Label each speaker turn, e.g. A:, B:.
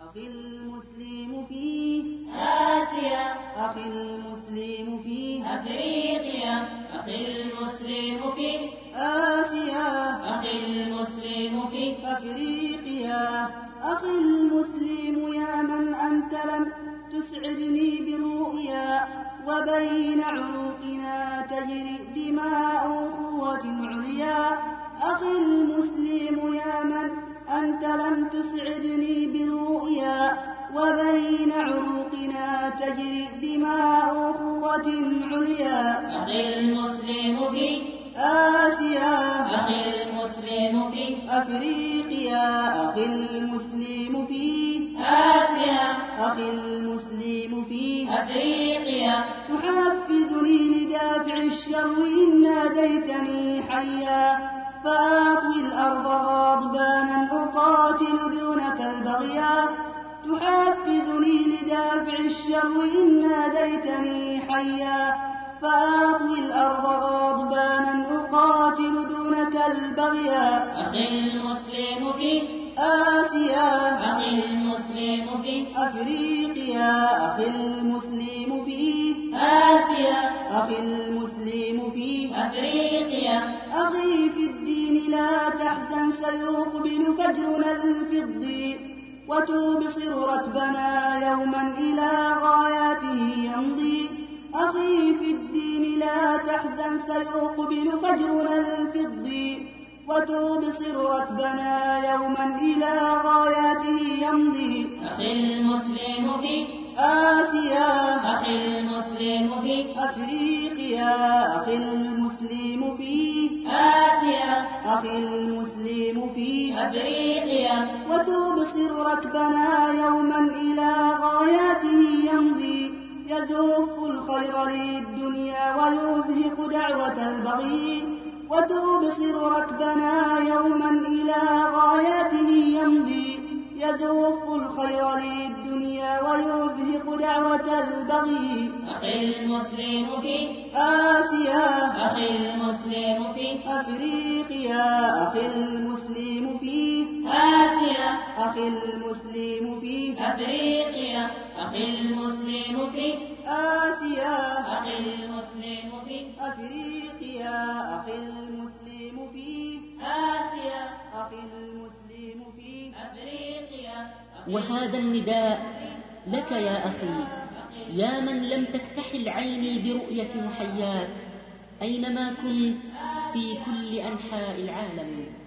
A: أخي المسلم في
B: آسيا
A: أخي المسلم في
B: أفريقيا أخي المسلم في
A: آسيا
B: أخي المسلم في
A: أفريقيا أخي المسلم يا من أنت لم تسعدني بالرؤيا وبين عروقنا تجري دماء قوة عليا أخي المسلم يا من أنت لم تسعدني بالرؤيا وبين عروقنا تجري دماء قوة عليا
B: أخي المسلم في
A: آسيا
B: أخي المسلم في
A: أفريقيا أخي المسلم في
B: آسيا
A: أخي المسلم في
B: أفريقيا
A: تحفزني لدافع الشر إن ناديتني حيا فآطوي الأرض غضبانا أقاتل دونك البغيا تحفزني لدافع الشر إن ناديتني حيا فآطوي الأرض غضبانا أقاتل دونك البغيا
B: أخي المسلم في
A: آسيا
B: أخي المسلم في
A: أفريقيا أخي المسلم في
B: آسيا
A: أخي المسلم في
B: أفريقيا
A: أخي في الدين لا تحزن سيقبل فجرنا الفضي وتبصر ركبنا يوما إلى غاياته يمضي أخي في الدين لا تحزن سيقبل فجرنا الفضي وتبصر ركبنا يوما إلى غاياته يمضي
B: أخي المسلم في
A: آسيا
B: أخي المسلم في
A: أفريقيا أخي المسلم في
B: آسيا
A: أخي المسلم في
B: أفريقيا
A: وتبصر ركبنا يوما إلى غاياته يمضي يزف الخير للدنيا ويزهق دعوة البغي وتبصر ركبنا يوما إلى غاياته يمضي يزف الخير للدنيا ويزهق دعوة البغي
B: أخي المسلم في
A: آسيا
B: أخي المسلم في
A: أفريقيا أخي المسلم في
B: آسيا
A: أخي المسلم في
B: أفريقيا أخي المسلم في
A: آسيا
B: أخي المسلم في
A: أفريقيا أخي المسلم في
B: آسيا
A: أخي المسلم في
B: أفريقيا
C: وهذا النداء لك يا أخي يا من لم تكتحل عيني برؤية محياك أينما كنت في كل أنحاء العالم